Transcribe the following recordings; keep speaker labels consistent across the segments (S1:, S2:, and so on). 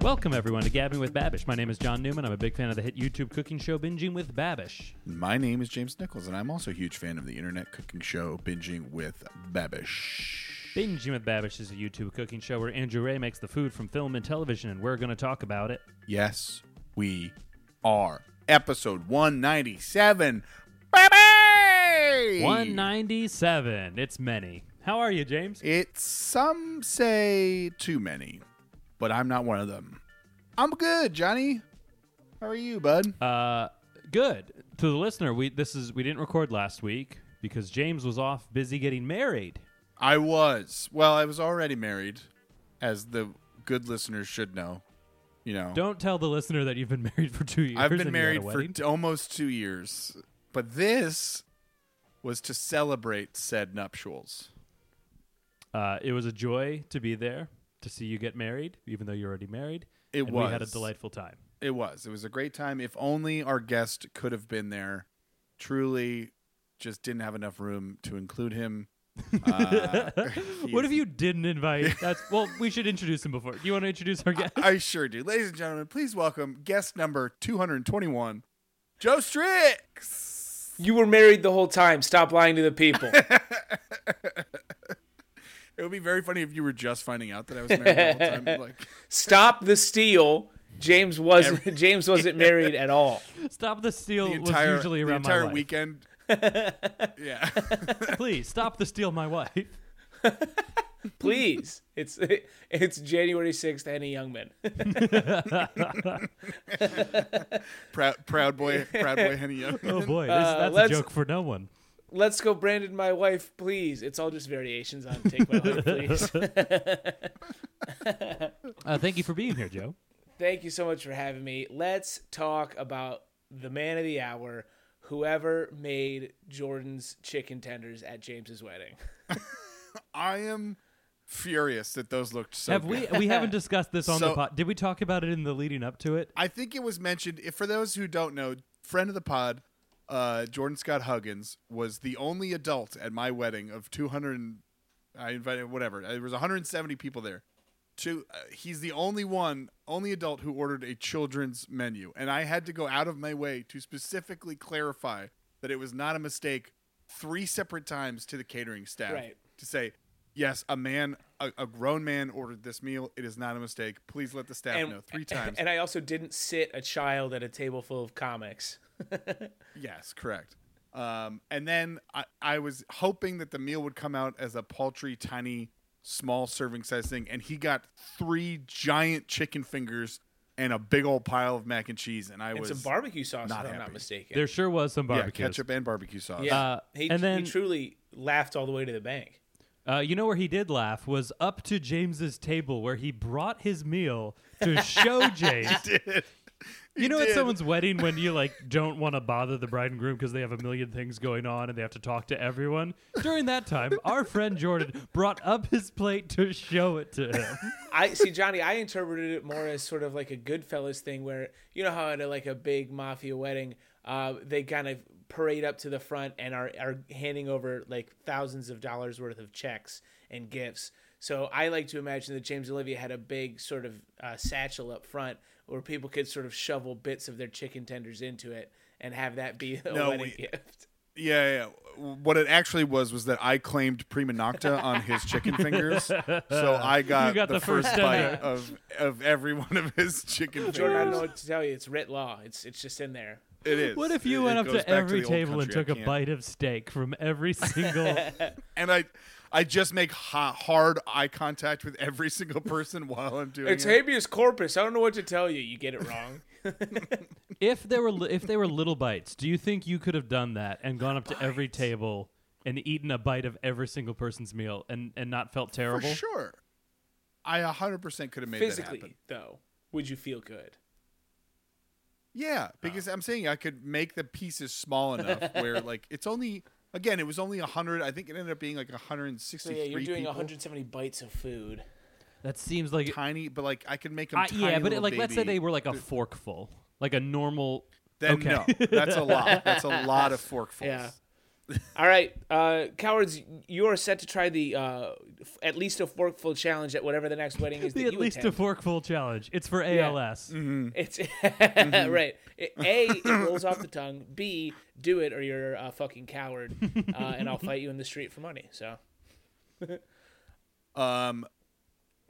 S1: Welcome, everyone, to Gabbing with Babish. My name is John Newman. I'm a big fan of the hit YouTube cooking show Binging with Babish.
S2: My name is James Nichols, and I'm also a huge fan of the internet cooking show Binging with Babish.
S1: Binging with Babish is a YouTube cooking show where Andrew Ray makes the food from film and television, and we're going to talk about it.
S2: Yes, we are. Episode 197. Baby!
S1: 197. It's many. How are you, James?
S2: It's some say too many, but I'm not one of them. I'm good, Johnny. How are you, bud?
S1: Uh, good. To the listener, we this is we didn't record last week because James was off busy getting married.
S2: I was. Well, I was already married, as the good listeners should know. You know,
S1: Don't tell the listener that you've been married for two years.
S2: I've
S1: and
S2: been
S1: you're at a
S2: married for
S1: wedding.
S2: t- almost two years, but this was to celebrate said nuptials.
S1: Uh, it was a joy to be there to see you get married, even though you're already married.
S2: It
S1: and We had a
S2: was.
S1: delightful time.
S2: It was. It was a great time. If only our guest could have been there. Truly, just didn't have enough room to include him. Uh,
S1: What if you didn't invite? That's well. We should introduce him before. Do you want to introduce our guest?
S2: I sure do. Ladies and gentlemen, please welcome guest number 221, Joe Strix.
S3: You were married the whole time. Stop lying to the people.
S2: It would be very funny if you were just finding out that I was married the whole time. Like,
S3: Stop the steal. James wasn't James wasn't married at all.
S1: Stop the steal
S2: the
S1: was
S2: entire,
S1: usually
S2: the
S1: around
S2: entire
S1: my wife.
S2: weekend. yeah.
S1: Please stop the steal, my wife.
S3: Please. It's it's January 6th any young man.
S2: proud, proud boy, proud boy, Henny Young.
S1: Oh boy, this,
S3: Uh,
S1: that's a
S3: let's-
S1: joke for no one.
S3: Let's go Brandon my wife, please. It's all just variations on take my wife, please.
S1: Uh, thank you for being here, Joe.
S3: Thank you so much for having me. Let's talk about the man of the hour, whoever made Jordan's chicken tenders at James's wedding.
S2: I am furious that those looked so.
S1: Have
S2: good.
S1: we? We haven't discussed this on the
S2: So-
S1: pod. Did we talk about it in the leading up to it?
S2: I think it was mentioned. If for those who don't know, friend of the pod, uh, Jordan Scott Huggins was the only adult at my wedding of 200. and- I invited whatever. There was 170 people there. Two, uh, he's the only one, only adult who ordered a children's menu, and I had to go out of my way to specifically clarify that it was not a mistake. Three separate times to the catering staff
S3: Right.
S2: to say, "Yes, a man, a, a grown man ordered this meal. It is not a mistake. Please let the staff know." Three times.
S3: And I also didn't sit a child at a table full of comics.
S2: Yes, correct. Um, and then I, I was hoping that the meal would come out as a paltry, tiny, small serving size thing, and he got three giant chicken fingers and a big old pile of mac and cheese, and I
S3: and
S2: was
S3: some barbecue sauce,
S2: not
S3: if
S2: happy.
S3: I'm not mistaken.
S1: There sure was some
S2: yeah,
S1: barbecue.
S2: ketchup and barbecue sauce.
S3: yeah,
S1: Uh,
S3: he,
S1: and then-
S3: he truly laughed all the way to the bank.
S1: Uh, you know where he did laugh was up to James's table where he brought his meal to show James. you know, at
S2: did.
S1: someone's wedding when you like don't want to bother the bride and groom because they have a million things going on and they have to talk to everyone. During that time, our friend Jordan brought up his plate to show it to him.
S3: I see, Johnny. I interpreted it more as sort of like a Goodfellas thing, where you know how at a, like a big mafia wedding, uh, they kind of parade up to the front and are are handing over like thousands of dollars worth of checks and gifts. So I like to imagine that James Olivia had a big sort of uh, satchel up front where people could sort of shovel bits of their chicken tenders into it and have that be a
S2: No,
S3: wedding
S2: we-
S3: gift.
S2: Yeah, yeah. What it actually was was that I claimed prima nocta on his chicken fingers, so I got,
S1: got
S2: the,
S1: the first
S2: first, bite
S1: dinner.
S2: of of every one of his chicken
S3: Jordan, I don't know
S2: fingers.
S3: what to tell you. It's writ law. It's it's just in there.
S2: It is.
S1: What if you
S2: It-
S1: went
S2: it
S1: up
S2: goes
S1: to
S2: back
S1: every
S2: the old
S1: table and
S2: country. I
S1: took a
S2: can't-
S1: bite of steak from every single?
S2: and I I just make ha- hard eye contact with every single person while I'm doing
S3: It's
S2: it.
S3: habeas corpus. I don't know what to tell you. You get it wrong.
S1: if there were li- if they were little bites, do you think you could have done that and gone up to every table and eaten a bite of every single person's meal and and not felt
S2: for
S1: terrible?
S2: sure. I 100% could have made that happen.
S3: Physically, though, would you feel good?
S2: Yeah,
S1: Oh.
S2: because I'm saying I could make the pieces small enough where like it's only again it was only 100 I think it ended up being like 163
S3: So yeah, you're doing
S2: people.
S3: 170 bites of food.
S1: That seems like
S2: tiny but like I could make them
S1: I,
S2: tiny
S1: Uh, yeah, but it,
S2: little
S1: like let's say
S2: baby.
S1: they were like a forkful, like a normal.
S2: then
S1: okay.
S2: no. That's a lot. That's a lot of forkfuls.
S3: Yeah. All right, uh, cowards, you are set to try the uh, f- at least a forkful challenge at whatever the next wedding is that
S1: The at
S3: you
S1: least a
S3: attend. Mm-hmm.
S1: forkful challenge. It's for ALS.
S3: it's right. It- a, it rolls off the tongue. B, do it or you're a fucking coward, uh, and I'll fight you in the street for money. So
S2: Um,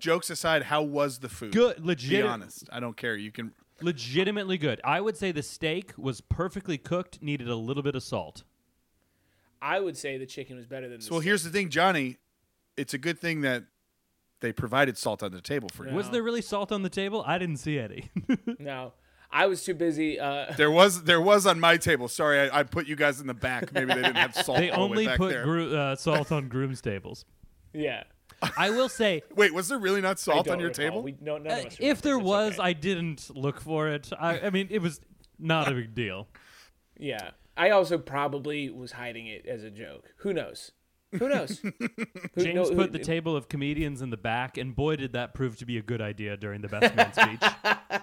S2: jokes aside, how was the food?
S1: Good,
S2: Be
S1: legit,
S2: honest. I don't care. You can.
S1: legitimately good. I would say the steak was perfectly cooked, needed a little bit of salt.
S3: I would say the chicken was better than. The
S2: So well, here's the thing, Johnny. It's a good thing that they provided salt on the table for you.
S1: Was there really salt on the table? I didn't see any.
S3: no. I was too busy. Uh,
S2: There was there was on my table. Sorry, I, I put you guys in the back. Maybe they didn't have salt.
S1: they
S2: all the
S1: only
S2: way back
S1: put
S2: there.
S1: gro- uh, salt on grooms' tables.
S3: yeah.
S1: I will say,
S2: Wait, was there really not
S3: I
S2: salt
S3: don't
S2: on your
S3: recall.
S2: table?
S3: We, no, none
S1: uh,
S3: of us
S1: if
S3: remember.
S1: there
S3: It's
S1: was,
S3: okay.
S1: I didn't look for it. I, I mean, it was not a big deal.
S3: Yeah. I also probably was hiding it as a joke. Who knows? Who knows? Who
S1: James
S3: know-
S1: put the
S3: who-
S1: table of comedians in the back, and boy, did that prove to be a good idea during the best man speech.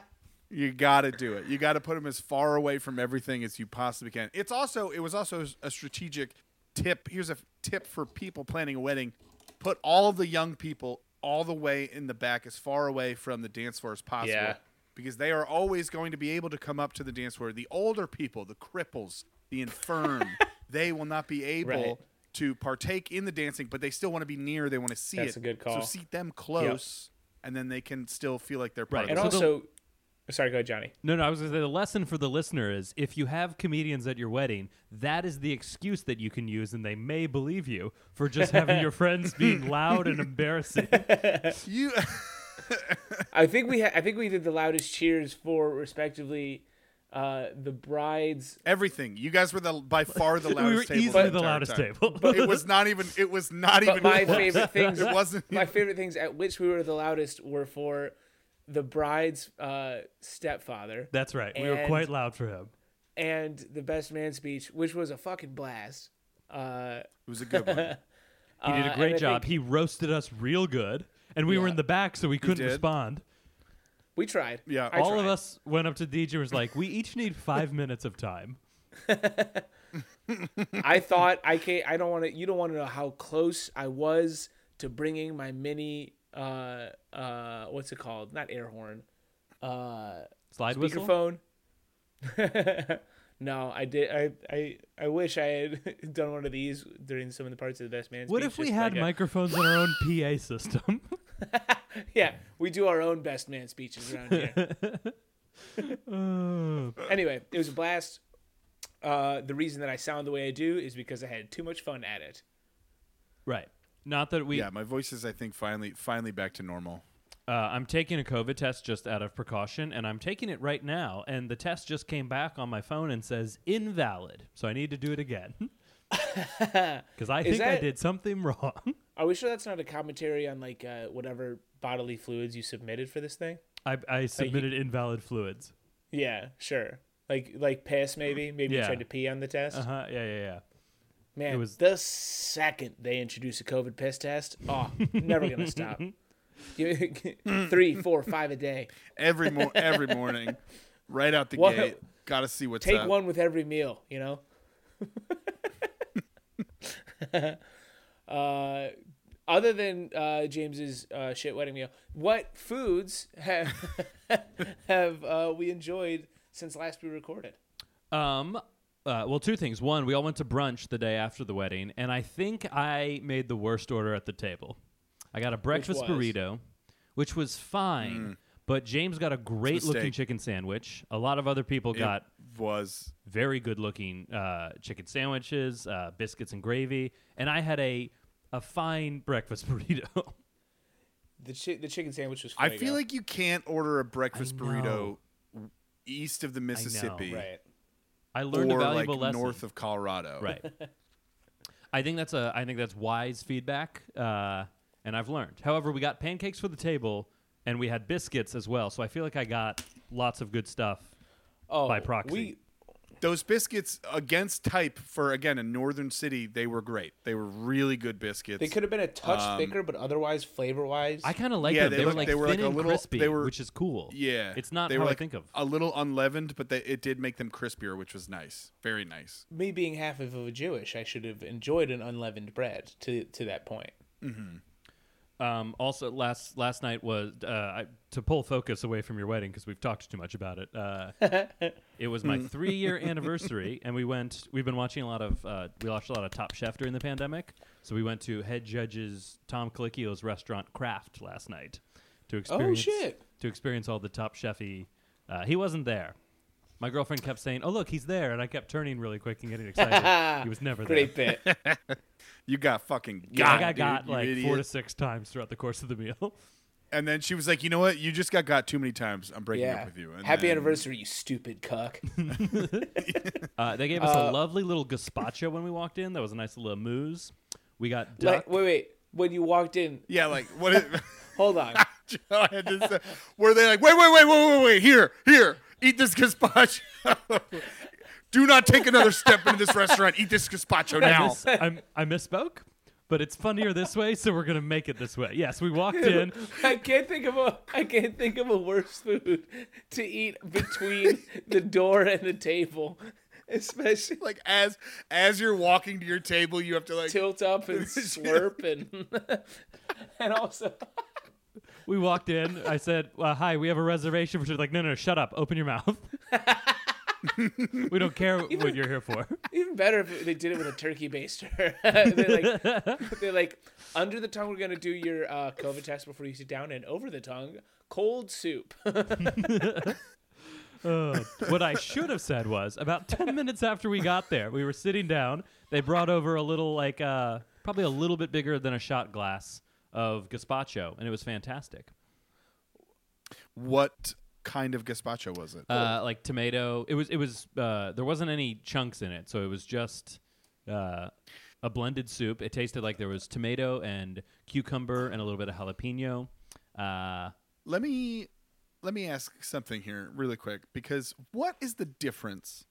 S2: You got to do it. You got to put them as far away from everything as you possibly can. It's also it was also a strategic tip. Here's a tip for people planning a wedding: put all the young people all the way in the back, as far away from the dance floor as possible,
S3: Yeah.
S2: because they are always going to be able to come up to the dance floor. The older people, the cripples, the infirm, they will not be able.
S3: Right.
S2: To partake in the dancing, but they still want to be near. They want to see
S3: That's
S2: it.
S3: a good
S2: So
S3: call.
S2: seat them close, and then they can still feel like they're part
S1: Right.
S2: of it.
S3: And
S1: So the-
S3: also, Oh, sorry, go ahead, Johnny.
S1: No, no, I was going to say the lesson for the listener is if you have comedians at your wedding, that is the excuse that you can use, and they may believe you for just having your friends being loud and embarrassing.
S2: you.
S3: I think we ha- I think we did the loudest cheers for respectively uh, the bride's.
S2: Everything. You guys were the by far the
S1: we were
S2: loudest table.
S1: easily the
S2: entire
S1: loudest
S2: time.
S1: table.
S2: It was not even. It was not
S3: But
S2: even.
S3: my
S2: close.
S3: favorite things.
S2: It wasn't.
S3: My favorite things at which we were the loudest were for the bride's uh, stepfather
S1: That's right. We were
S3: And-
S1: quite loud for him.
S3: and the best man speech, which was a fucking blast. Uh,
S2: It was a good one.
S1: He did
S3: Uh,
S1: a
S3: and
S1: great
S3: I
S1: job.
S3: think-
S1: He roasted us real good, and we were
S3: Yeah.
S1: in the back, so we couldn't
S2: did.
S1: respond.
S3: we tried.
S2: Yeah.
S3: I
S1: All of
S3: tried.
S1: us went up to DJ and was like, "We each need five minutes of time."
S3: I thought I can't. I don't want to. You don't want to know how close I was to bringing my mini. Uh, uh, what's it called? Not air horn. Uh,
S1: Slide whistle.
S3: microphone. no, I did. I, I I wish I had done one of these during some of the parts of the best man.
S1: What
S3: speech,
S1: if we
S3: just
S1: had
S3: like a-
S1: microphones in our own PA system?
S3: yeah, we do our own best man speeches around here. anyway, it was a blast. Uh, the reason that I sound the way I do is because I had too much fun at it.
S1: right. Not that we
S2: Yeah, my voice is, I think, finally, finally back to normal.
S1: Uh, I'm taking a COVID test just out of precaution, and I'm taking it right now. And the test just came back on my phone and says invalid, so I need to do it again because I think I
S3: that-
S1: did something wrong.
S3: Are we sure that's not a commentary on like uh, whatever bodily fluids you submitted for this thing?
S1: I, I submitted invalid fluids.
S3: Yeah, sure. Like like piss maybe. Maybe you
S1: Yeah.
S3: tried to pee on the test.
S1: Uh huh. Yeah, yeah, yeah.
S3: Man,
S1: was-
S3: the second they introduce a COVID piss test, oh, never gonna stop. You- Three, four, five a day.
S2: Every mo- every morning, right out the
S3: What?
S2: gate, gotta see what's
S3: Take
S2: up.
S3: one with every meal, you know. uh, other than uh, James's uh, shit wedding meal, what foods have have uh, we enjoyed since last we recorded?
S1: Um, uh, well, two things. One, we all went to brunch the day after the wedding, and I think I made the worst order at the table. I got a breakfast
S3: was?
S1: burrito, which was fine, but James got a great looking
S2: mistake.
S1: chicken sandwich. A lot of other people got
S2: was
S1: very good looking uh, chicken sandwiches, uh, biscuits and gravy, and I had a a fine breakfast burrito.
S3: The chi- the chicken sandwich was.
S2: I
S3: fuego.
S2: feel like you can't order a breakfast burrito
S1: know.
S2: east of the Mississippi
S3: right.
S1: I learned a
S2: or like
S1: valuable lesson.
S2: north of Colorado.
S1: right. I think that's a I think that's wise feedback, uh, and I've learned. However, we got pancakes for the table, and we had biscuits as well. So I feel like I got lots of good stuff.
S3: Oh,
S1: by proxy.
S3: We
S2: those biscuits against type for again a northern city, they were great. They were really good biscuits.
S3: They could have been a touch
S2: Um,
S3: thicker, but otherwise, flavor wise,
S1: I kind of like
S2: Yeah,
S1: them.
S2: they
S1: They, were
S2: look-
S1: like
S2: they were,
S1: thin
S2: like, a
S1: and
S2: little-
S1: crispy,
S2: they were-
S1: which is cool.
S2: yeah,
S1: it's not
S2: they
S1: how
S2: were
S1: I
S2: like
S1: think of.
S2: a little unleavened, but they, it did make them crispier, which was nice, very nice.
S3: me being half of a Jewish, I should have enjoyed an unleavened bread to to that point.
S1: Um, also, last last night was uh, I, to pull focus away from your wedding because we've talked too much about it. Uh, it was
S2: Hmm.
S1: my three year anniversary, and we went. We've been watching a lot of uh, we watched a lot of Top Chef during the pandemic, so we went to head judges Tom Colicchio's restaurant Craft last night to
S2: Oh,
S1: experience
S3: shit.
S1: to experience all the Top Chefy. Uh, he wasn't there. My girlfriend kept saying, "Oh look, he's there," and I kept turning really quick and getting excited. he was never there.
S3: Great bit.
S2: You got fucking
S1: I
S2: got,
S1: got
S2: dude,
S1: got
S2: you
S1: like four to
S2: idiot.
S1: six times throughout the course of the meal.
S2: And then she was like, "You know what? You just got got too many times. I'm breaking
S3: Yeah.
S2: up with you." And
S3: Happy
S2: then-
S3: anniversary, you stupid cuck.
S1: Uh, they gave us a lovely little gazpacho when we walked in. That was a nice little mousse. We got duck.
S3: like, wait, wait. When you walked in,
S2: Yeah, like what? Is,
S3: hold on.
S2: I had to say, were they like, wait, wait, wait, wait, wait, wait, here, here, eat this gazpacho. Do not take another step into this restaurant. Eat this gazpacho
S1: I,
S2: now.
S1: mis- I'm- I misspoke, but it's funnier this way, so we're gonna make it this way. Yes, we walked in.
S3: I can't think of a I can't think of a worse food to eat between the door and the table, especially
S2: Like as as you're walking to your table, you have to like
S3: tilt up and slurp and and also
S1: We walked in. I said, uh, "Hi, we have a reservation for." She's like, "No, no, no, shut up. Open your mouth. we don't care what you're here for."
S3: even better if they did it with a turkey baster. they're like they're like under the tongue we're gonna do your uh, COVID test before you sit down and over the tongue cold soup.
S1: Uh, what I should have said was about 10 minutes after we got there, we were sitting down. They brought over a little, like, uh, probably a little bit bigger than a shot glass of gazpacho, and it was fantastic.
S2: what kind of gazpacho was it?
S1: Uh, like tomato, it was, it was, uh, there wasn't any chunks in it, so it was just uh, a blended soup. It tasted like there was tomato and cucumber and a little bit of jalapeno. Uh,
S2: let me let me ask something here really quick because what is the difference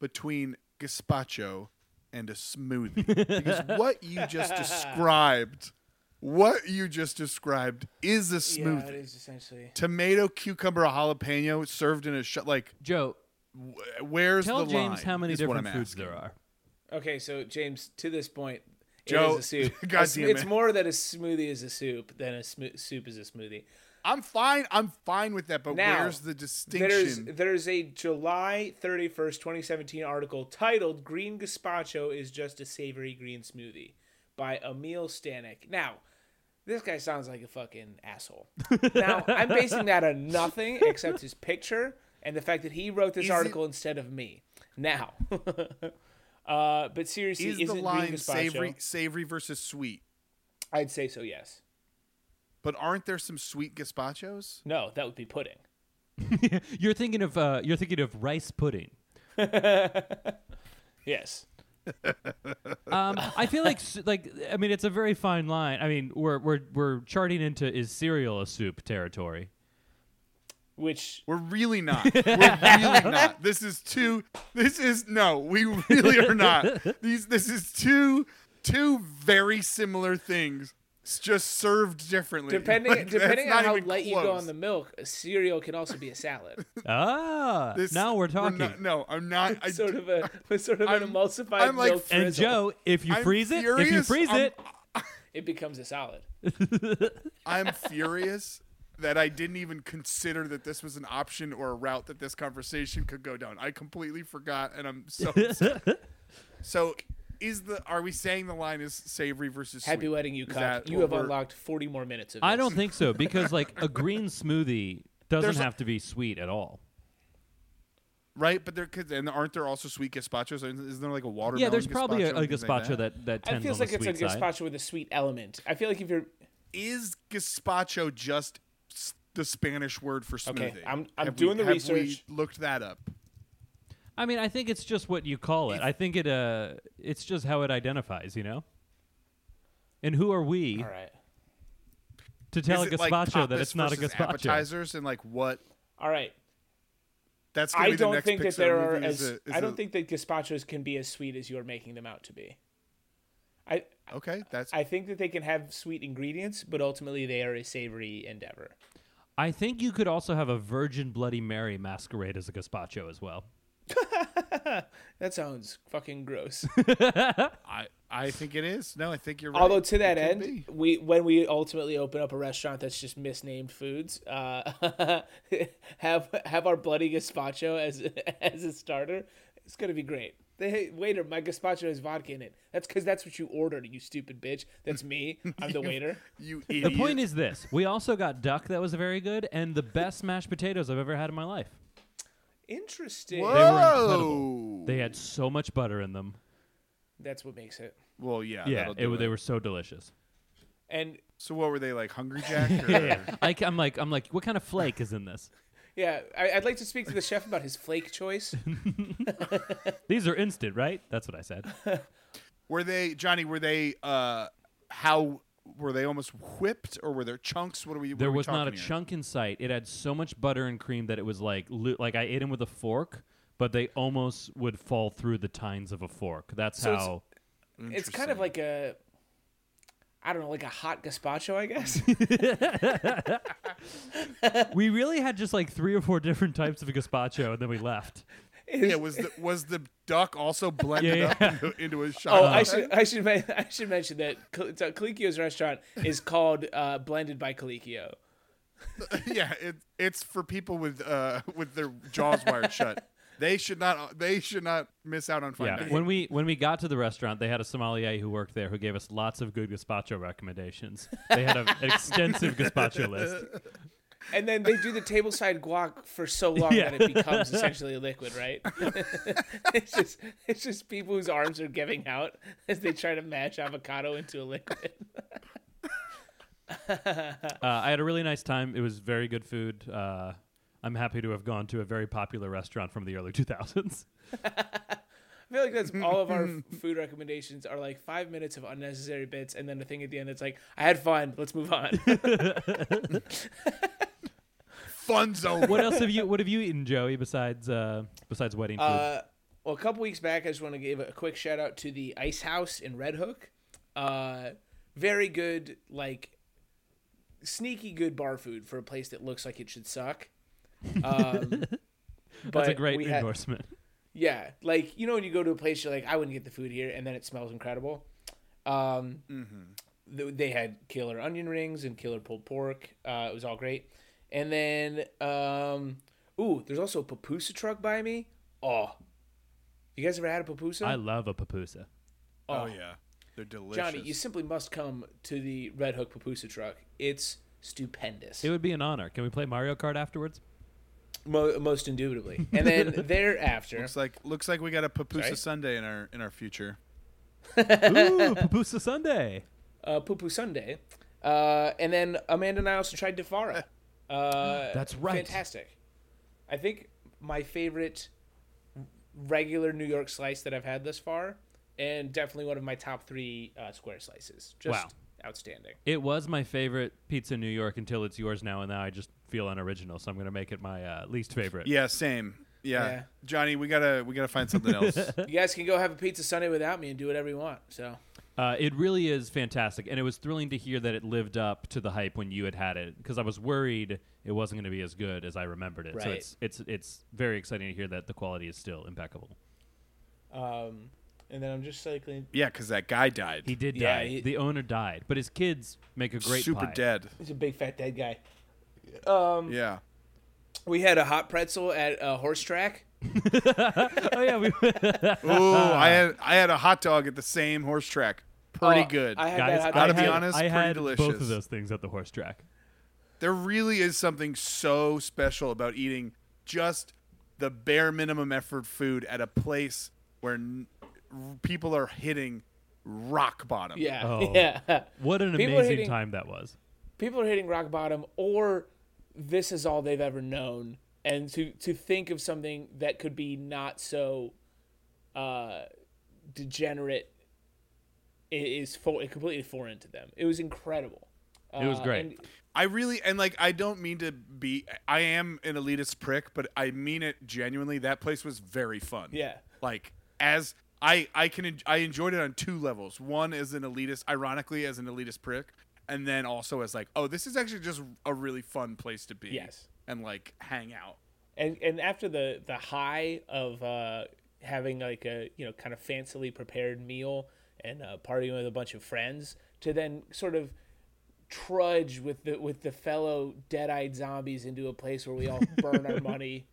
S2: between gazpacho and a smoothie because what you just described what you just described is a smoothie
S3: it is essentially.
S2: tomato cucumber jalapeno served in a shot like
S1: Joe,
S2: wh- where's
S1: tell
S2: the
S1: James
S2: line
S1: how many
S2: is what
S1: different
S2: I'm
S1: foods
S2: asking.
S1: there are.
S3: Okay, so James, to this point,
S2: Joe,
S3: it is a soup.
S2: God
S3: it's,
S2: damn
S3: it's
S2: it.
S3: more that a smoothie is a soup than a smo- soup is a smoothie.
S2: i'm fine i'm fine with that but
S3: Now,
S2: where's the
S3: There's
S2: distinction
S3: there's a July 31st, 2017 article titled "Green Gazpacho is just a savory green smoothie" by Emil Stanek. Now, this guy sounds like a fucking asshole. now, I'm basing that on nothing except his picture and the fact that he wrote this
S2: Is it-
S3: article instead of me. Now, uh, but seriously,
S2: is
S3: not
S2: the
S3: green
S2: line
S3: gazpacho?
S2: savory savory versus sweet
S3: I'd say so. Yes.
S2: but aren't there some sweet gazpachos
S3: No, that would be pudding.
S1: You're thinking of, uh, you're thinking of rice pudding.
S3: Yes.
S1: um, I feel like s- like I mean it's a very fine line. I mean we're we're we're charting into is cereal a soup territory.
S3: Which
S2: We're really not. We're really not. This is too. This is no. We really are not. These. This is two. Two very similar things, s- just served differently.
S3: depending
S2: Like, that's
S3: depending on
S2: not
S3: how
S2: even
S3: light you go
S2: close.
S3: on the milk, a cereal can also be a salad.
S1: Ah,
S2: This-
S1: now we're talking.
S2: not- no, I'm not. I,
S3: sort of a with sort of an
S2: I'm-
S3: emulsified
S2: I'm like-
S3: milk
S2: And
S1: and
S3: drizzle.
S1: Joe, if you
S2: I'm
S1: freeze it, if you
S2: furious.
S1: freeze
S2: I'm-
S1: it,
S3: it becomes a salad.
S2: I'm furious that I didn't even consider that this was an option or a route that this conversation could go down. I completely forgot, and I'm so. upset. so, is the are we saying the line is savory versus
S3: Happy
S2: sweet?
S3: wedding, you
S2: Is
S3: cock.
S2: that
S3: You
S2: what
S3: have
S2: we're-
S3: unlocked forty more minutes of. This.
S1: I don't think so because like a green smoothie doesn't
S2: There's a-
S1: have to be sweet at all.
S2: Right, but there could and aren't there also sweet gazpachos? Isn't there like a watermelon?
S1: Yeah, there's probably
S2: gazpacho,
S1: a, a
S2: things like
S1: gazpacho that that
S3: It
S1: tends on
S3: feels
S1: the
S3: like it's a
S1: sweet side.
S3: gazpacho with a sweet element. I feel like if you're
S2: is gazpacho just s- the Spanish word for smoothie.
S3: Okay, I'm- I'm
S2: Have
S3: doing
S2: we,
S3: the
S2: have
S3: research.
S2: We looked that up.
S1: I mean, I think it's just what you call it. I think it uh, it's just how it identifies, you know. And who are we
S3: all right,
S1: to tell
S2: Is
S1: a
S2: it like
S1: gazpacho that
S2: tapas
S1: it's not a
S2: versus
S1: gazpacho?
S2: Appetizers and like what
S3: all right,
S2: That's gonna
S3: I
S2: be the
S3: don't
S2: next
S3: think
S2: Pixar
S3: that there are
S2: movie
S3: as
S2: is a- is
S3: I don't
S2: a-
S3: think that gazpachos can be as sweet as you're making them out to be. I
S2: Okay, that's
S3: I think that they can have sweet ingredients, but ultimately they are a savory endeavor.
S1: I think you could also have a Virgin Bloody Mary masquerade as a gazpacho as well.
S3: That sounds fucking gross.
S2: I I think it is. No, I think you're right.
S3: Although to that
S2: It could be.
S3: end, we when we ultimately open up a restaurant that's just misnamed foods, uh, have have our bloody gazpacho as as a starter. It's gonna be great. They, hey, waiter, my gazpacho has vodka in it. That's because that's what you ordered, you stupid bitch. That's me. I'm the waiter.
S2: you
S1: The
S2: idiot.
S1: point is this: we also got duck that was very good, and the best mashed potatoes I've ever had in my life.
S3: Interesting.
S1: They were
S2: Whoa.
S1: incredible. They had so much butter in them.
S3: That's what makes it.
S2: well, yeah,
S1: Yeah,
S2: that'll
S1: it,
S2: do
S1: they were so delicious.
S3: And
S2: So what were they like, Hungry Jack? Or,
S1: I, am like, I'm like, what kind of flake is in this?
S3: yeah, I, I'd like to speak to the chef about his flake choice.
S1: These are instant, right? That's what I said.
S2: Were they Johnny? Were they uh, how were they almost whipped or were there chunks? What are we? what
S1: There
S2: are we
S1: was not a
S2: talking here?
S1: chunk in sight. It had so much butter and cream that it was like, li- like I ate them with a fork, but they almost would fall through the tines of a fork. That's
S3: So it's-
S1: how.
S3: It's kind of
S2: Interesting.
S3: like a, I don't know, like a hot gazpacho, I guess.
S1: We really had just like three or four different types of gazpacho, and then we left.
S2: Yeah, was the was the duck also blended
S1: Yeah, yeah.
S2: up into, into a shot?
S3: Oh, I should I should men- I should mention that Cal- so Colicchio's restaurant is called uh, Blended by Colicchio.
S2: yeah, it, it's for people with uh with their jaws wired shut. They should not. They should not miss out on fun.
S1: Yeah.
S2: dining.
S1: When we when we got to the restaurant, they had a sommelier who worked there who gave us lots of good gazpacho recommendations. They had a- an extensive gazpacho list.
S3: And then they do the tableside guac for so long
S1: Yeah.
S3: that it becomes essentially a liquid, right? it's just it's just people whose arms are giving out as they try to mash avocado into a liquid.
S1: Uh, I had a really nice time. It was very good food. Uh, I'm happy to have gone to a very popular restaurant from the early 2000s.
S3: I feel like that's all of our f- food recommendations are like five minutes of unnecessary bits, and then the thing at the end that's like, I had fun, let's move on.
S2: fun zone.
S1: What else have you What have you eaten, Joey? Besides uh, besides wedding food?
S3: Uh, well, a couple weeks back, I just want to give a quick shout out to the Ice House in Red Hook. Uh, very good, like sneaky good bar food for a place that looks like it should suck. Um,
S1: That's a great
S3: we had-
S1: endorsement.
S3: yeah, like you know when you go to a place, you're like, I wouldn't get the food here, and then it smells incredible. Um, th- they had killer onion rings and killer pulled pork. Uh, it was all great. And then, um, ooh, there's also a papusa truck by me. Oh, you guys ever had a papusa?
S1: I love a papusa.
S2: Oh yeah, they're delicious.
S3: Johnny, you simply must come to the Red Hook papusa truck. It's stupendous.
S1: It would be an honor. Can we play Mario Kart afterwards?
S3: Mo- most indubitably. And then thereafter,
S2: looks like looks like we got a papusa
S3: Sorry?
S2: Sunday in our in our future.
S1: Ooh, papusa Sunday.
S3: uh, Poo Sunday. Uh, and then Amanda and I also tried Defara. Uh,
S1: That's right.
S3: Fantastic. I think my favorite regular New York slice that I've had thus far, and definitely one of my top three uh, square slices. Just
S1: Wow.
S3: outstanding.
S1: It was my favorite pizza in New York until it's yours now, and now I just feel unoriginal, so I'm going to make it my uh, least favorite.
S2: Yeah, same. Yeah.
S3: Yeah.
S2: Johnny, we gotta we gotta find something else.
S3: You guys can go have a pizza Sunday without me and do whatever you want. So
S1: Uh, it really is fantastic, and it was thrilling to hear that it lived up to the hype when you had had it, because I was worried it wasn't going to be as good as I remembered it. So
S3: Right.
S1: it's it's it's very exciting to hear that the quality is still impeccable.
S3: Um, and then I'm just cycling.
S2: yeah, because that guy died.
S1: He did
S3: Yeah,
S1: die.
S3: he-
S1: the owner died, but his kids make a great
S2: super
S1: pie.
S2: dead.
S3: He's a big fat dead guy.
S2: Yeah.
S3: We had a hot pretzel at a horse track.
S1: Oh yeah, we
S2: Ooh, I had I had a hot dog at the same horse track. Pretty
S3: Oh,
S2: good.
S3: I had
S1: guys.
S3: that hot
S1: I
S2: Gotta
S3: dog.
S2: be
S1: had-
S3: too.
S2: honest,
S1: I
S2: pretty
S1: had both
S2: delicious.
S1: of those things at the horse track.
S2: there really is something so special about eating just the bare minimum effort food at a place where n- people are hitting rock bottom.
S3: Yeah,
S1: Oh.
S3: yeah.
S1: What an
S3: People are
S1: amazing
S3: hitting-
S1: time that was.
S3: People are hitting rock bottom, or this is all they've ever known. And to to think of something that could be not so uh, degenerate i- is for, completely foreign to them. It was incredible.
S1: It was
S3: Uh,
S1: great.
S3: and-
S2: I really and like I don't mean to be I am an elitist prick, but I mean it genuinely. That place was very fun.
S3: Yeah.
S2: Like as I I can en- I enjoyed it on two levels. One as an elitist, ironically as an elitist prick, and then also as like, oh, this is actually just a really fun place to be.
S3: Yes.
S2: And like hang out.
S3: and and after the the high of uh, having like a you know kind of fancily prepared meal and uh, partying with a bunch of friends to then sort of trudge with the with the fellow dead-eyed zombies into a place where we all burn our money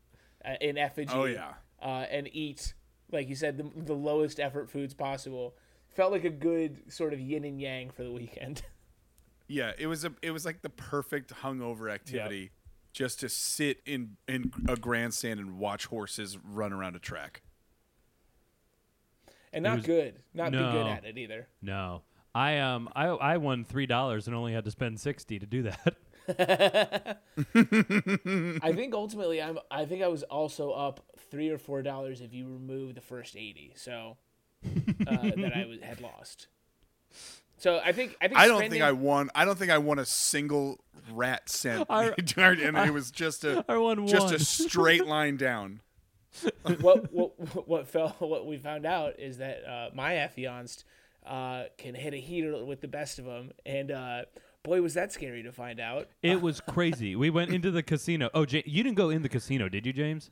S3: uh, in effigy
S2: Oh, yeah.
S3: uh, and eat like you said the, the lowest effort foods possible felt like a good sort of yin and yang for the weekend
S2: Yeah, it was a it was like the perfect hungover activity. Just to sit in in a grandstand and watch horses run around a track.
S3: and not
S1: was-
S3: good not be good
S1: No.
S3: at it either
S1: No, I um I I won three dollars and only had to spend sixty to do that.
S3: I think ultimately I'm I think I was also up three or four dollars if you remove the first eighty, so uh, that I was, had lost. So I think I think
S2: I don't
S3: spending-
S2: think I won. I don't think I won a single rat cent.
S1: I-
S2: and it was just a
S1: I won
S2: just
S1: one.
S2: a straight line down.
S3: what what what fell what we found out is that uh, my affianced uh, can hit a heater with the best of them, and uh, boy was that scary to find out.
S1: It was crazy. we went into the casino. Oh, ja- you didn't go in the casino, did you, James?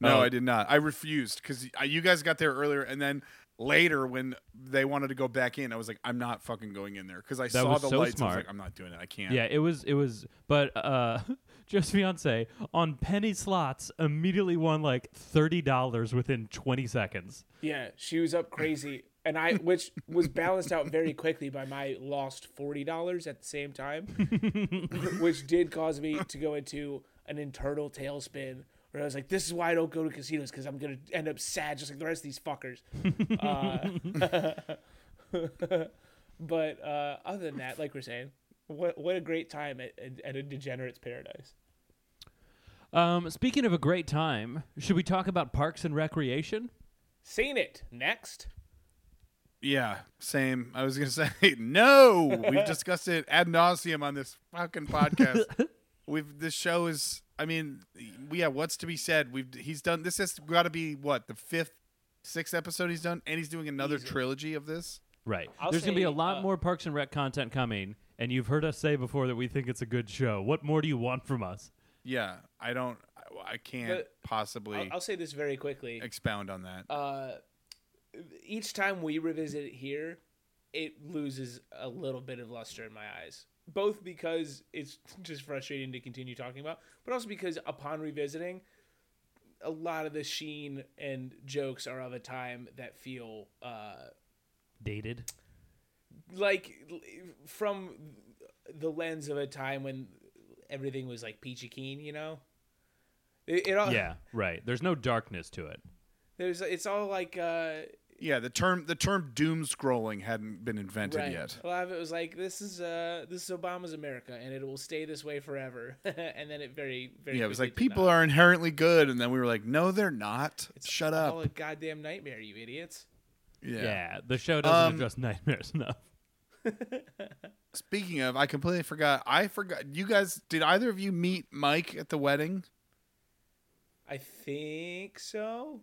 S2: No,
S1: Oh.
S2: I did not. I refused because you guys got there earlier, and then later when they wanted to go back in, I was like, I'm not fucking going in there because I saw
S1: was
S2: the
S1: so
S2: lights. I was
S1: smart.
S2: like, I'm not doing it. I can't.
S1: Yeah, it was. It was. But uh, Joe's fiance on penny slots immediately won like thirty dollars within twenty seconds.
S3: Yeah, she was up crazy, and I, which was balanced out very quickly by my lost forty dollars at the same time, which did cause me to go into an internal tailspin where I was like, "This is why I don't go to casinos because I'm gonna end up sad just like the rest of these fuckers." Uh, but uh, other than that, like we're saying, what what a great time at, at- at a degenerate's paradise.
S1: Um, speaking of a great time, should we talk about parks and recreation?
S3: Seen it next.
S2: Yeah, same. I was gonna say no. We've discussed it ad nauseum on this fucking podcast. We've this show is. I mean, we have what's to be said. We've he's done this has got to be what the fifth, sixth episode he's done, and he's doing another trilogy of this.
S1: Right.
S3: I'll
S1: There's gonna be
S3: say,
S1: a lot
S3: uh,
S1: more parks and rec content coming, and you've heard us say before that we think it's a good show. What more do you want from us?
S2: Yeah, I don't. I, I can't
S3: The-
S2: possibly
S3: I'll, I'll say this very quickly.
S2: expound on that.
S3: uh, each time we revisit it here, it loses a little bit of luster in my eyes. Both because it's just frustrating to continue talking about, but also because upon revisiting, a lot of the sheen and jokes are of a time that feel uh,
S1: Dated.
S3: like l- from the lens of a time when everything was like peachy keen, you know. It, it all
S1: Yeah. Right. There's no darkness to it.
S3: There's it's all like uh,
S2: yeah, the term the term doom scrolling hadn't been invented yet.
S3: A lot of it was like this is uh this is Obama's America and it will stay this way forever. and then it very very
S2: Yeah, it was
S3: quickly
S2: like
S3: did
S2: people
S3: not.
S2: are inherently good, and then we were like, no, they're not. Shut
S3: It's all
S2: up.
S3: a goddamn nightmare, you idiots.
S1: Yeah. The show doesn't
S2: Um,
S1: address nightmares enough.
S2: Speaking of, I completely forgot. I forgot. You guys, did either of you meet Mike at the wedding?
S3: I think so.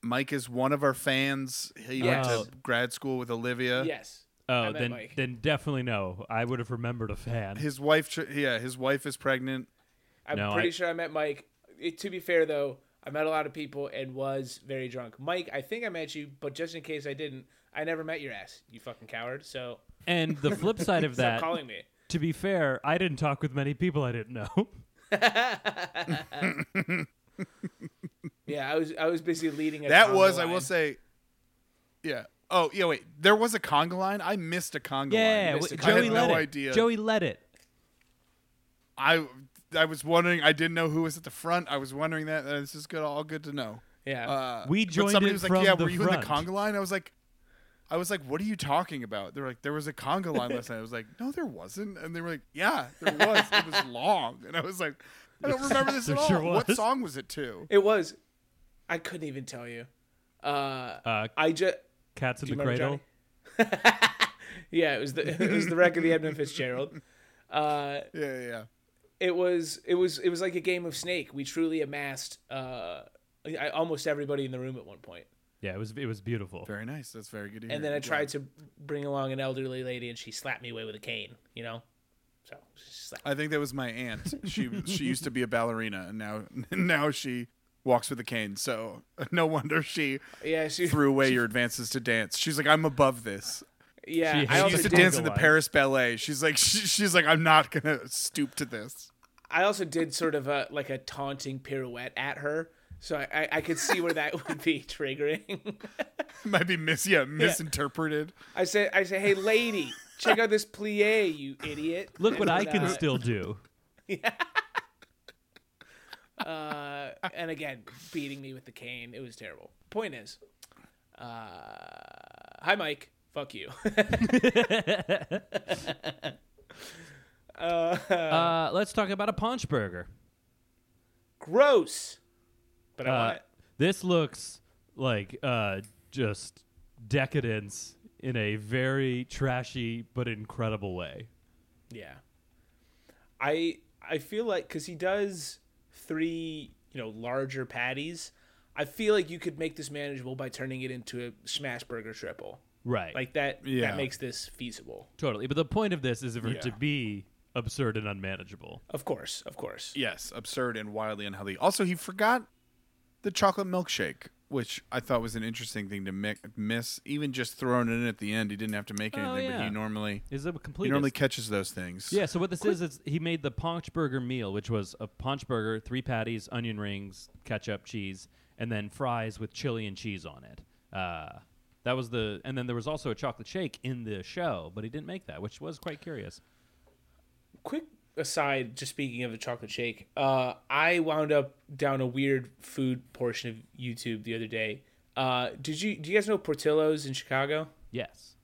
S2: Mike is one of our fans. He
S1: Yes.
S2: went to grad school with Olivia.
S3: yes. I
S1: Oh,
S3: met
S1: then
S3: Mike.
S1: then definitely no. I would have remembered a fan.
S2: His wife, tr- yeah, his wife is pregnant.
S3: I'm
S1: No,
S3: pretty
S1: I-
S3: sure I met Mike. It, to be fair though, I met a lot of people and was very drunk. Mike, I think I met you, but just in case I didn't, I never met your ass, you fucking coward. So
S1: And the flip side of
S3: stop
S1: that,
S3: calling me.
S1: to be fair, I didn't talk with many people I didn't know.
S3: Yeah, I was I was busy leading. A
S2: That
S3: conga
S2: was, I will
S3: line.
S2: say, yeah. Oh, yeah, wait. There was a conga line? I missed a conga
S1: yeah,
S2: line.
S1: w-
S3: Mr.
S2: I had
S1: Joey
S2: no
S1: led it.
S2: idea.
S1: Joey led it.
S2: I I was wondering. I didn't know who was at the front. I was wondering that. and This is good. All good to know.
S3: Yeah.
S2: Uh,
S1: We
S2: but
S1: joined
S2: somebody
S1: it
S2: was like,
S1: from
S2: "Yeah,
S1: the
S2: were you in the
S1: front."
S2: conga line?" I was like, "I was like, what are you talking about?" They're like, "There was a conga line last night." I was like, "No, there wasn't." And they were like, "Yeah, there was. it was long." And I was like, "I don't remember this
S1: There
S2: at all.
S1: sure
S2: What
S1: was.
S2: song was it to?"
S3: It was. I couldn't even tell you. Uh,
S1: Uh,
S3: I just
S1: Cats in
S3: you
S1: the
S3: remember
S1: Cradle.
S3: yeah, it was the it was the record of the Edmund Fitzgerald. Uh,
S2: Yeah, yeah.
S3: it was it was it was like a game of snake. We truly amassed uh, I, almost everybody in the room at one point.
S1: Yeah, it was it was beautiful.
S2: Very nice. That's very good. To hear.
S3: And then I tried to bring along an elderly lady, and she slapped me away with a cane. You know, so she slapped.
S2: I think that was my aunt. She she used to be a ballerina, and now now she walks with a cane. So no wonder she
S3: Yeah, she
S2: threw away your advances to dance. She's like, I'm above this.
S3: Yeah,
S1: She
S3: I
S1: hates
S2: She
S3: also
S2: used to
S3: did,
S1: Dingle
S2: dance in the
S1: line.
S2: Paris Ballet. She's like, she, she's like, I'm not gonna stoop to this.
S3: I also did sort of a like a taunting pirouette at her, so I, I, I could see where that would be triggering.
S2: Might be mis yeah misinterpreted.
S3: I said I said, hey lady, check out this plie, you idiot.
S1: Look what I
S3: And,
S1: can
S3: uh,
S1: still do.
S3: uh, and again, beating me with the cane. It was terrible. Point is, uh, hi Mike, fuck you.
S1: Uh, let's talk about a paunch burger.
S3: Gross. But I
S1: Uh,
S3: want it.
S1: this looks like uh, just decadence in a very trashy but incredible way.
S3: Yeah. I I feel like cuz he does three, you know, larger patties, I feel like you could make this manageable by turning it into a smash burger triple.
S1: Right.
S3: Like that
S2: Yeah.
S3: that makes this feasible.
S1: totally. But the point of this is for it to
S2: Yeah.
S1: be absurd and unmanageable.
S3: Of course, of course.
S2: Yes, absurd and wildly unhealthy. Also, he forgot the chocolate milkshake, which I thought was an interesting thing to mi- miss. Even just throwing it in at the end, he didn't have to make
S1: Oh,
S2: anything, but
S1: yeah.
S2: he normally
S1: Is it a
S2: he
S1: complete
S2: normally catches those things.
S1: Yeah, so what this is is he made the paunch burger meal, which was a paunch burger, three patties, onion rings, ketchup, cheese, and then fries with chili and cheese on it. Uh, that was the, and then there was also a chocolate shake in the show, but he didn't make that, which was quite curious.
S3: quick aside just speaking of the chocolate shake uh i wound up down a weird food portion of youtube the other day uh did you do you guys know portillo's in chicago
S1: Yes,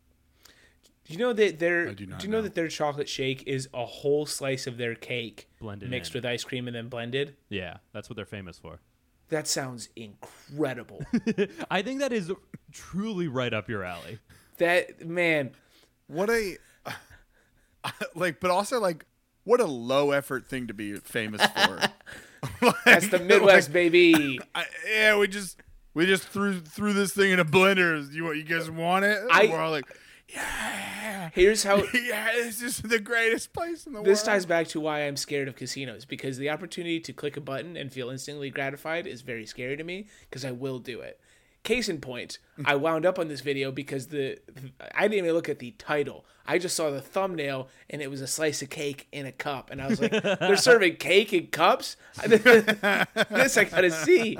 S3: do you know that their
S2: I
S3: do,
S2: do not
S3: you know,
S2: know.
S3: that their chocolate shake is a whole slice of their cake
S1: Blended
S3: mixed
S1: in.
S3: with ice cream and then blended
S1: yeah, that's what they're famous for.
S3: that sounds incredible
S1: I think that is truly right up your alley.
S3: that man
S2: What a like, but also like, what a low effort thing to be famous for.
S3: that's the midwest baby
S2: I, yeah, we just we just threw threw this thing in a blender. You you guys want it?
S3: I-
S2: We're all like,
S3: here's how
S2: yeah, this is the greatest place in the
S3: this
S2: world.
S3: ties back to why I'm scared of casinos because the opportunity to click a button and feel instantly gratified is very scary to me because I will do it. Case in point,
S2: Mm.
S3: I wound up on this video because the I didn't even look at the title. I just saw the thumbnail and it was a slice of cake in a cup, and I was like, "They're serving cake in cups." this I gotta see.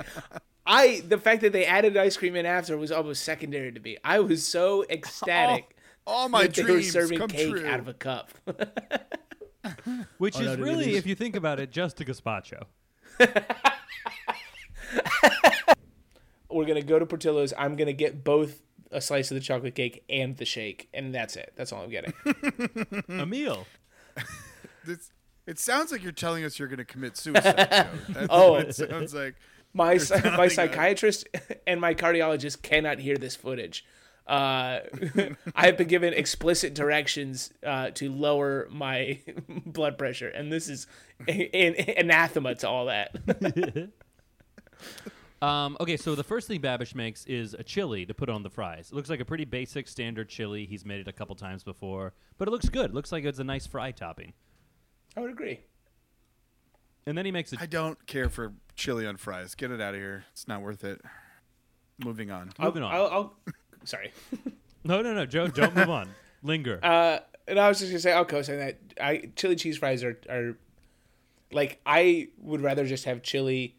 S3: I the fact that they added ice cream in after was almost secondary to me. I was so ecstatic
S2: all my
S3: that they were
S2: dreams
S3: serving
S2: come
S3: cake
S2: true.
S3: out of a cup.
S1: Which
S3: no,
S1: Oh, is
S3: dude, it
S1: really,
S3: is.
S1: if you think about it, just a gazpacho.
S3: we're gonna go to Portillo's. I'm gonna get both a slice of the chocolate cake and the shake, and that's it. That's all I'm getting.
S1: a meal.
S2: This- it sounds like you're telling us you're going to commit suicide. Joe. That's
S3: Oh.
S2: what it sounds like.
S3: My psy- my
S2: else.
S3: psychiatrist and my cardiologist cannot hear this footage. Uh, I have been given explicit directions uh, to lower my blood pressure, and this is a- an- anathema to all that.
S1: Um, okay, so the first thing Babish makes is a chili to put on the fries. It looks like a pretty basic standard chili. He's made it a couple times before, but it looks good. It looks like it's a nice fry topping.
S3: I would agree.
S1: And then he makes a
S2: I don't care for chili on fries. Get it out of here. It's not worth it. Moving on.
S1: moving on.
S3: I'll, I'll sorry.
S1: no, no, no, Joe, don't move on. Linger.
S3: Uh, and I was just gonna say, I'll co-sign that. I chili cheese fries are are like I would rather just have chili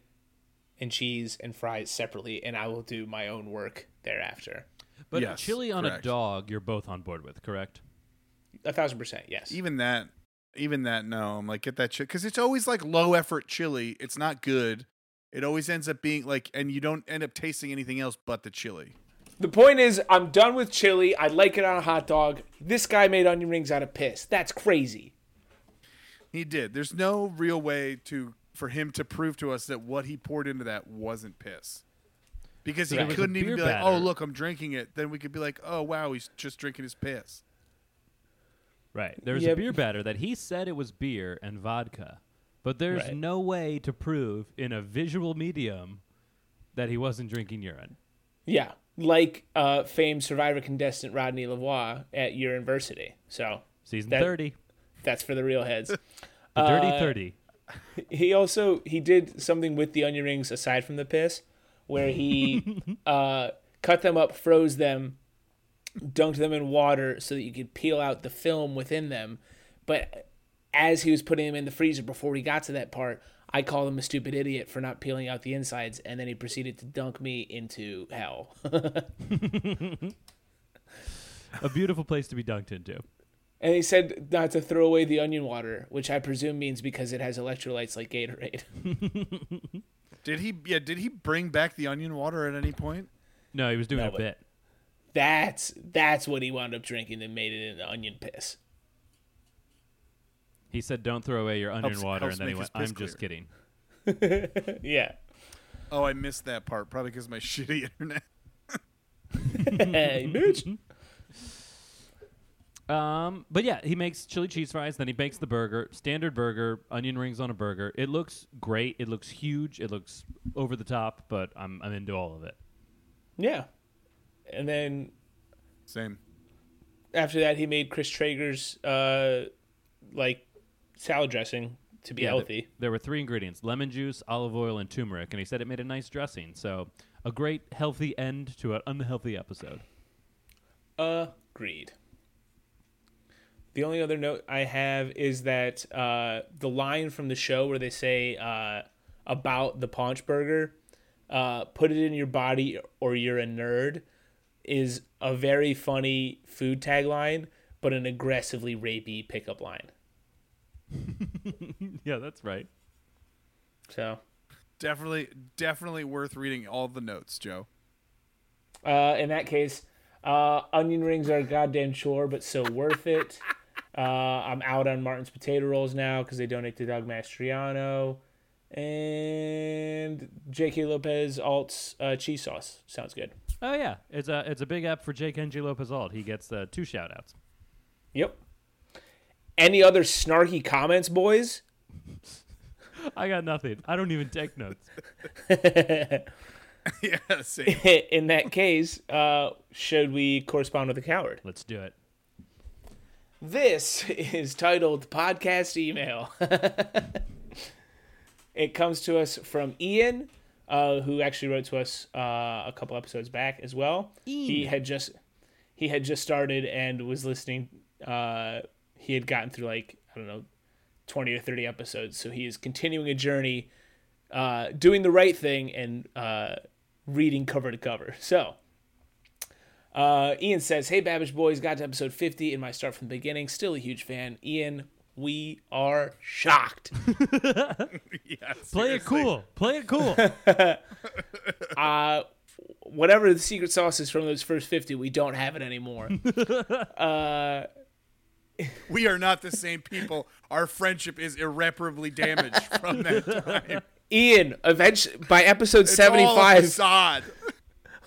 S3: and cheese and fries separately, and I will do my own work thereafter.
S1: but
S2: yes,
S1: chili on a
S2: correct.
S1: dog, you're both on board with, correct?
S3: A thousand percent, yes.
S2: Even that, even that, no. I'm like, get that shit. Because it's always like low effort chili. It's not good. It always ends up being like, and you don't end up tasting anything else but the chili.
S3: The point is, I'm done with chili. I like it on a hot dog. This guy made onion rings out of piss. That's crazy.
S2: He did. There's no real way to for him to prove to us that what he poured into that wasn't piss. Because he
S1: Right. It was a
S2: couldn't even
S1: beer
S2: be like, "Oh,
S1: batter.
S2: look, I'm drinking it." Then we could be like, "Oh, wow, he's just drinking his piss."
S1: Right. There's
S3: Yeah.
S1: a beer batter that he said it was beer and vodka, but there's
S4: Right.
S1: no way to prove in a visual medium that he wasn't drinking urine.
S3: Yeah, like uh, famed Survivor contestant Rodney Lavoie at your university. So
S1: Season
S3: That-
S1: 30,
S3: that's for the real heads.
S1: the dirty 30.
S3: he also he did something with the onion rings aside from the piss, where he uh, cut them up, froze them, dunked them in water so that you could peel out the film within them. But as he was putting them in the freezer before he got to that part, I called him a stupid idiot for not peeling out the insides, and then he proceeded to dunk me into hell.
S1: A beautiful place to be dunked into.
S3: And he said not to throw away the onion water, which I presume means because it has electrolytes like Gatorade.
S2: Did he? Yeah. Did he bring back the onion water at any point?
S1: No, he was doing
S3: No,
S1: a
S3: but-
S1: bit.
S3: That's that's what he wound up drinking that made it into onion piss.
S1: He said, "Don't throw away your onion
S2: Helps-
S1: water,"
S2: helps
S1: and then he
S2: make
S1: went,
S2: his piss
S1: "I'm just
S2: clear."
S1: kidding."
S3: Yeah.
S2: Oh, I missed that part. Probably because my shitty internet.
S3: Hey, bitch.
S1: Um, but yeah, he makes chili cheese fries. Then he bakes the burger, standard burger, onion rings on a burger. It looks great. It looks huge. It looks over the top. But I'm I'm into all of it.
S3: Yeah. And then
S2: Same.
S3: after that he made Chris Traeger's uh like salad dressing to be
S1: Yeah, th-
S3: healthy.
S1: there were three ingredients: lemon juice, olive oil, and turmeric. And he said it made a nice dressing. So a great healthy end to an unhealthy episode.
S3: uh, Agreed. The only other note I have is that uh, the line from the show where they say uh, about the paunch burger, uh, put it in your body or you're a nerd, is a very funny food tagline, but an aggressively rapey pickup line.
S1: yeah, that's right.
S3: So,
S2: Definitely, definitely worth reading all the notes, Joe.
S3: uh, in that case, uh, onion rings are a goddamn chore, but so worth it. Uh, I'm out on Martin's potato rolls now because they donate to Doug Mastriano. And J.K. Lopez Alt's uh, cheese sauce. Sounds good.
S1: Oh yeah, it's a it's a big app for Jake Ng Lopez Alt. He gets uh, two shout outs.
S3: Yep. Any other snarky comments, boys?
S1: I got nothing. I don't even take notes.
S2: yeah. Same.
S3: in that case, uh, should we correspond with a coward?
S1: Let's do it.
S3: This is titled Podcast Email. it comes to us from Ian, uh, who actually wrote to us uh, a couple episodes back as well. He had just he had just started and was listening. Uh, he had gotten through like I don't know, twenty or thirty episodes, so he is continuing a journey, uh, doing the right thing and uh, reading cover to cover. So. Uh, Ian says, "Hey, Babbage boys, got to episode 50 in my start from the beginning. Still a huge fan. Ian, we are shocked.
S2: Yeah,
S1: Play it
S2: seriously.
S1: cool. Play it cool.
S3: Uh, whatever the secret sauce is from those first 50, we don't have it anymore.
S2: We are not the same people. Our friendship is irreparably damaged from that time.
S3: Ian, eventually by episode
S2: It's all a
S3: 75,
S2: facade.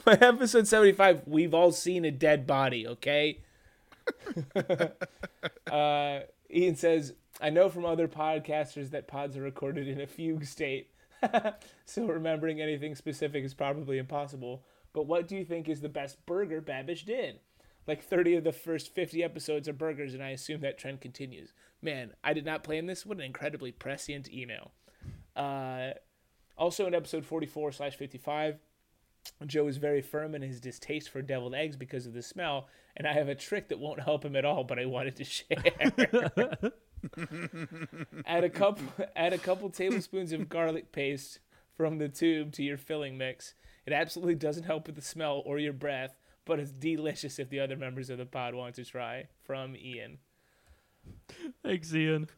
S3: by episode 75, we've all seen a dead body. Okay." uh, Ian says, "I know from other podcasters that pods are recorded in a fugue state." so remembering anything specific is probably impossible. But what do you think is the best burger Babish did? Like 30 of the first 50 episodes are burgers, and I assume that trend continues. Man, I did not plan this. What an incredibly prescient email. Uh, also, in episode 44 slash 55, Joe is very firm in his distaste for deviled eggs because of the smell, and I have a trick that won't help him at all, but I wanted to share. add a couple add a couple tablespoons of garlic paste from the tube to your filling mix. It absolutely doesn't help with the smell or your breath, but it's delicious if the other members of the pod want to try. From Ian.
S1: Thanks, Ian.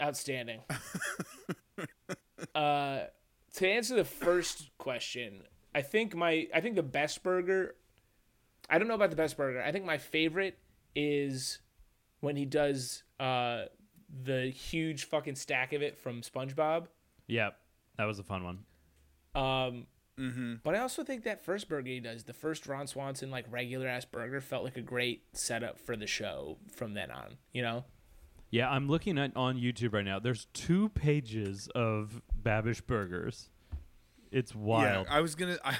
S3: Outstanding. uh, to answer the first question, I think my I think the best burger. I don't know about the best burger. I think my favorite is when he does uh, the huge fucking stack of it from SpongeBob.
S1: Yep, that was a fun one.
S3: Um, But I also think that first burger he does, the first Ron Swanson like regular ass burger, felt like a great setup for the show from then on. You know,
S1: Yeah, I'm looking at on YouTube right now. There's two pages of Babish burgers. It's wild.
S2: Yeah, I was gonna. I,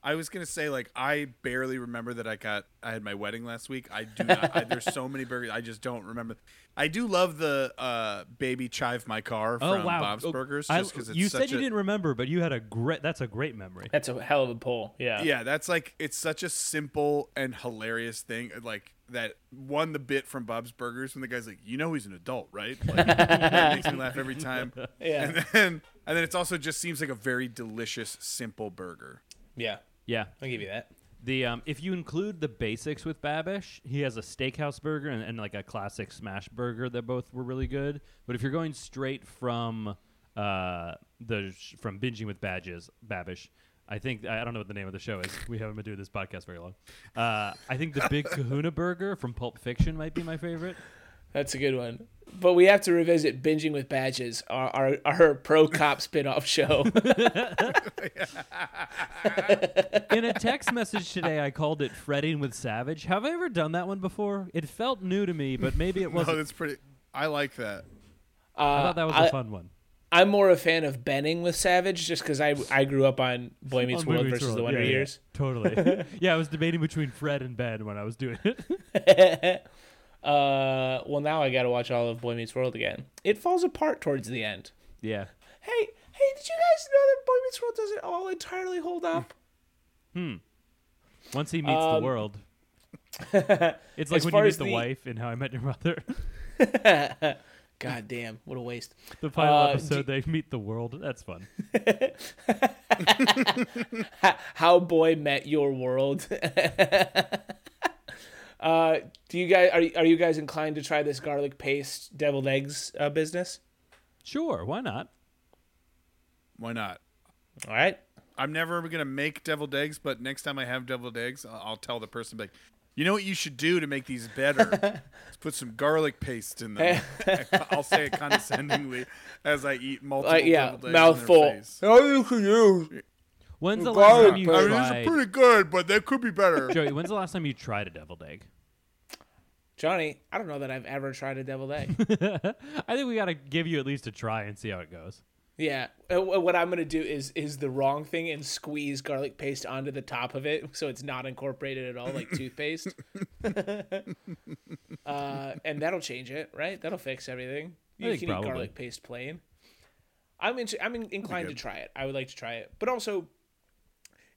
S2: I, was gonna say like I barely remember that I got I had my wedding last week. I do not. I, there's so many burgers I just don't remember. I do love the uh, baby chive my car
S1: oh
S2: from
S1: wow,
S2: Bob's
S1: Oh,
S2: Burgers
S1: I-
S2: just because it's
S1: you
S2: such
S1: said you
S2: a,
S1: didn't remember, but you had a great. That's a great memory.
S4: That's a hell of a pull. Yeah.
S2: yeah that's like it's such a simple and hilarious thing like that one the bit from bob's burgers when the guy's like you know he's an adult right like that makes me laugh every time
S3: Yeah.
S2: and then and then it's also just seems like a very delicious simple burger
S3: Yeah,
S1: Yeah,
S3: I'll give you that.
S1: the um, if you include the basics with Babish, he has a steakhouse burger and, and like a classic smash burger that both were really good. But if you're going straight from uh, the sh- from binging with badges Babish, I think I I don't know what the name of the show is. We haven't been doing this podcast very long. Uh, I think the Big Kahuna Burger from Pulp Fiction might be my favorite.
S3: That's a good one. But we have to revisit binging with badges, our our, our pro cop spinoff show.
S1: In a text message today, I called it fretting with Savage. Have I ever done that one before? It felt new to me, but maybe it
S2: no
S1: wasn't.
S2: that's pretty i like that
S1: I thought that was a
S3: Uh, I-
S1: fun one.
S3: I'm more a fan of benning with Savage just because I I grew up on Boy Meets
S1: On
S3: World
S1: Movie
S3: versus
S1: Troll.
S3: the Wonder
S1: Yeah, yeah,
S3: Years.
S1: yeah. Totally. yeah, I was debating between Fred and Ben when I was doing it.
S3: Uh, well, now I got to watch all of Boy Meets World again. It falls apart towards the end.
S1: yeah.
S3: Hey, hey, did you guys know that Boy Meets World doesn't all entirely hold up?
S1: Once he meets the world. It's like when
S3: as
S1: you
S3: far
S1: meet
S3: as
S1: the,
S3: the-
S1: wife in How I Met Your Mother.
S3: God damn, what a waste.
S1: the final
S3: Uh,
S1: episode, they meet the world. That's fun.
S3: How Boy Met Your World. uh, do you guys are, you- are you guys inclined to try this garlic paste deviled eggs uh, business?
S1: Sure, why not?
S2: why not
S3: All right.
S2: i'm never gonna make deviled eggs but next time i have deviled eggs i'll, I'll tell the person like you know what you should do to make these better Let's put some garlic paste in them i'll say it condescendingly as i eat multiple
S3: Like Uh, yeah,
S2: deviled eggs in their
S3: mouthful.
S2: face.
S3: Oh, you can use.
S1: When's the last
S3: Garlic
S1: time you
S2: I
S3: bread.
S2: mean, this is
S1: tried
S2: pretty good, but that could be better.
S1: Joey, when's the last time you tried a deviled egg?
S3: Johnny, I don't know that I've ever tried a deviled egg.
S1: I think we gotta give you at least a try and see how it goes.
S3: Yeah, Uh, wh- what I'm gonna do is is the wrong thing and squeeze garlic paste onto the top of it, so it's not incorporated at all, like toothpaste. uh, and that'll change it, right? That'll fix everything. You
S1: think
S3: can
S1: probably.
S3: eat garlic paste plain. I'm in, I'm in, inclined to
S2: good.
S3: try it. I would like to try it, but also,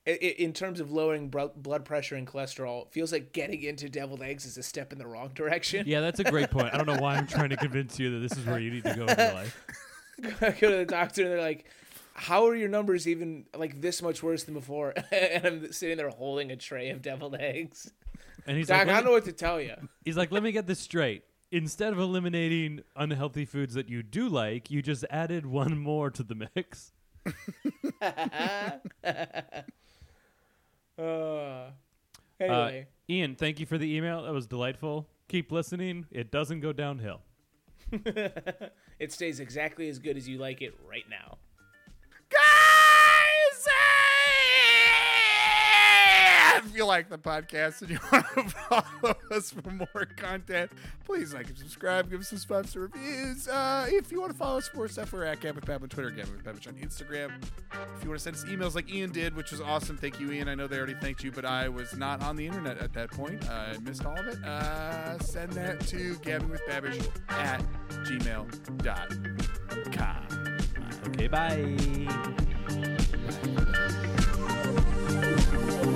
S3: i- i- in terms of lowering bro- blood pressure and cholesterol, it feels like getting into deviled eggs is a step in the wrong direction.
S1: Yeah, that's a great point. I don't know why I'm trying to convince you that this is where you need to go in your life.
S3: I go to the doctor and they're like, "How are your numbers even like this much worse than before?" and I'm sitting there holding a tray of deviled eggs.
S1: And he's
S3: Doc,
S1: like,
S3: I
S1: "Let
S3: don't
S1: me-
S3: know what to tell you.
S1: He's like, let me get this straight. Instead of eliminating unhealthy foods that you do like, you just added one more to the mix.
S3: Uh,
S1: Uh,
S3: anyway,
S1: Ian, thank you for the email. That was delightful. Keep listening. It doesn't go downhill.
S3: it stays exactly as good as you like it right now.
S2: Guys, eh, if you like the podcast and you want to follow us for more content, please like and subscribe. Give us some sponsor reviews. Uh, if you want to follow us for more stuff, we're at Gavin Pap on Twitter, Gavin Pap on Instagram. If you want to send us emails like Ian did, which was awesome, thank you, Ian. I know they already thanked you, but I was not on the internet at that point. I missed all of it. Uh, send that to gavinwithbabish at gmail.com.
S1: Okay, bye.
S2: Bye.